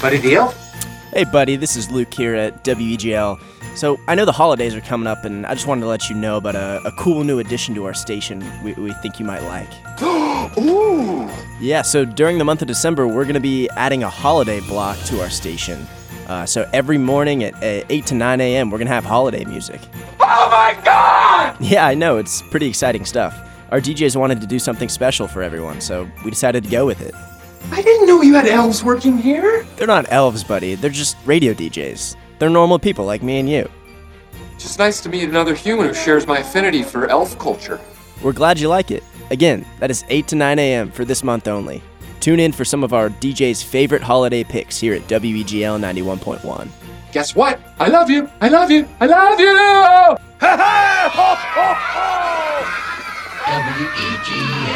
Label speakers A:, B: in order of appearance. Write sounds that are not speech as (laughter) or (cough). A: Buddy Deal?
B: Hey, buddy, this is Luke here at WEGL. So, I know the holidays are coming up, and I just wanted to let you know about a, a cool new addition to our station we, we think you might like.
A: Ooh!
B: Yeah, so during the month of December, we're going to be adding a holiday block to our station. Uh, so, every morning at, uh 8 to 9 a.m., we're going to have holiday music. (laughs)
A: Oh my god!
B: Yeah, I know, it's pretty exciting stuff. Our DJs wanted to do something special for everyone, so we decided to go with it.
A: I didn't know you had elves working here.
B: They're not elves, buddy, they're just radio DJs. They're normal people like me and you.
A: Just nice to meet another human who shares my affinity for elf culture.
B: We're glad you like it. Again, that is 8 to 9 a.m. for this month only. Tune in for some of our DJ's favorite holiday picks here at E WEGL 91.1.
A: Guess what? I love you! I love you! I love you!
C: WEGL.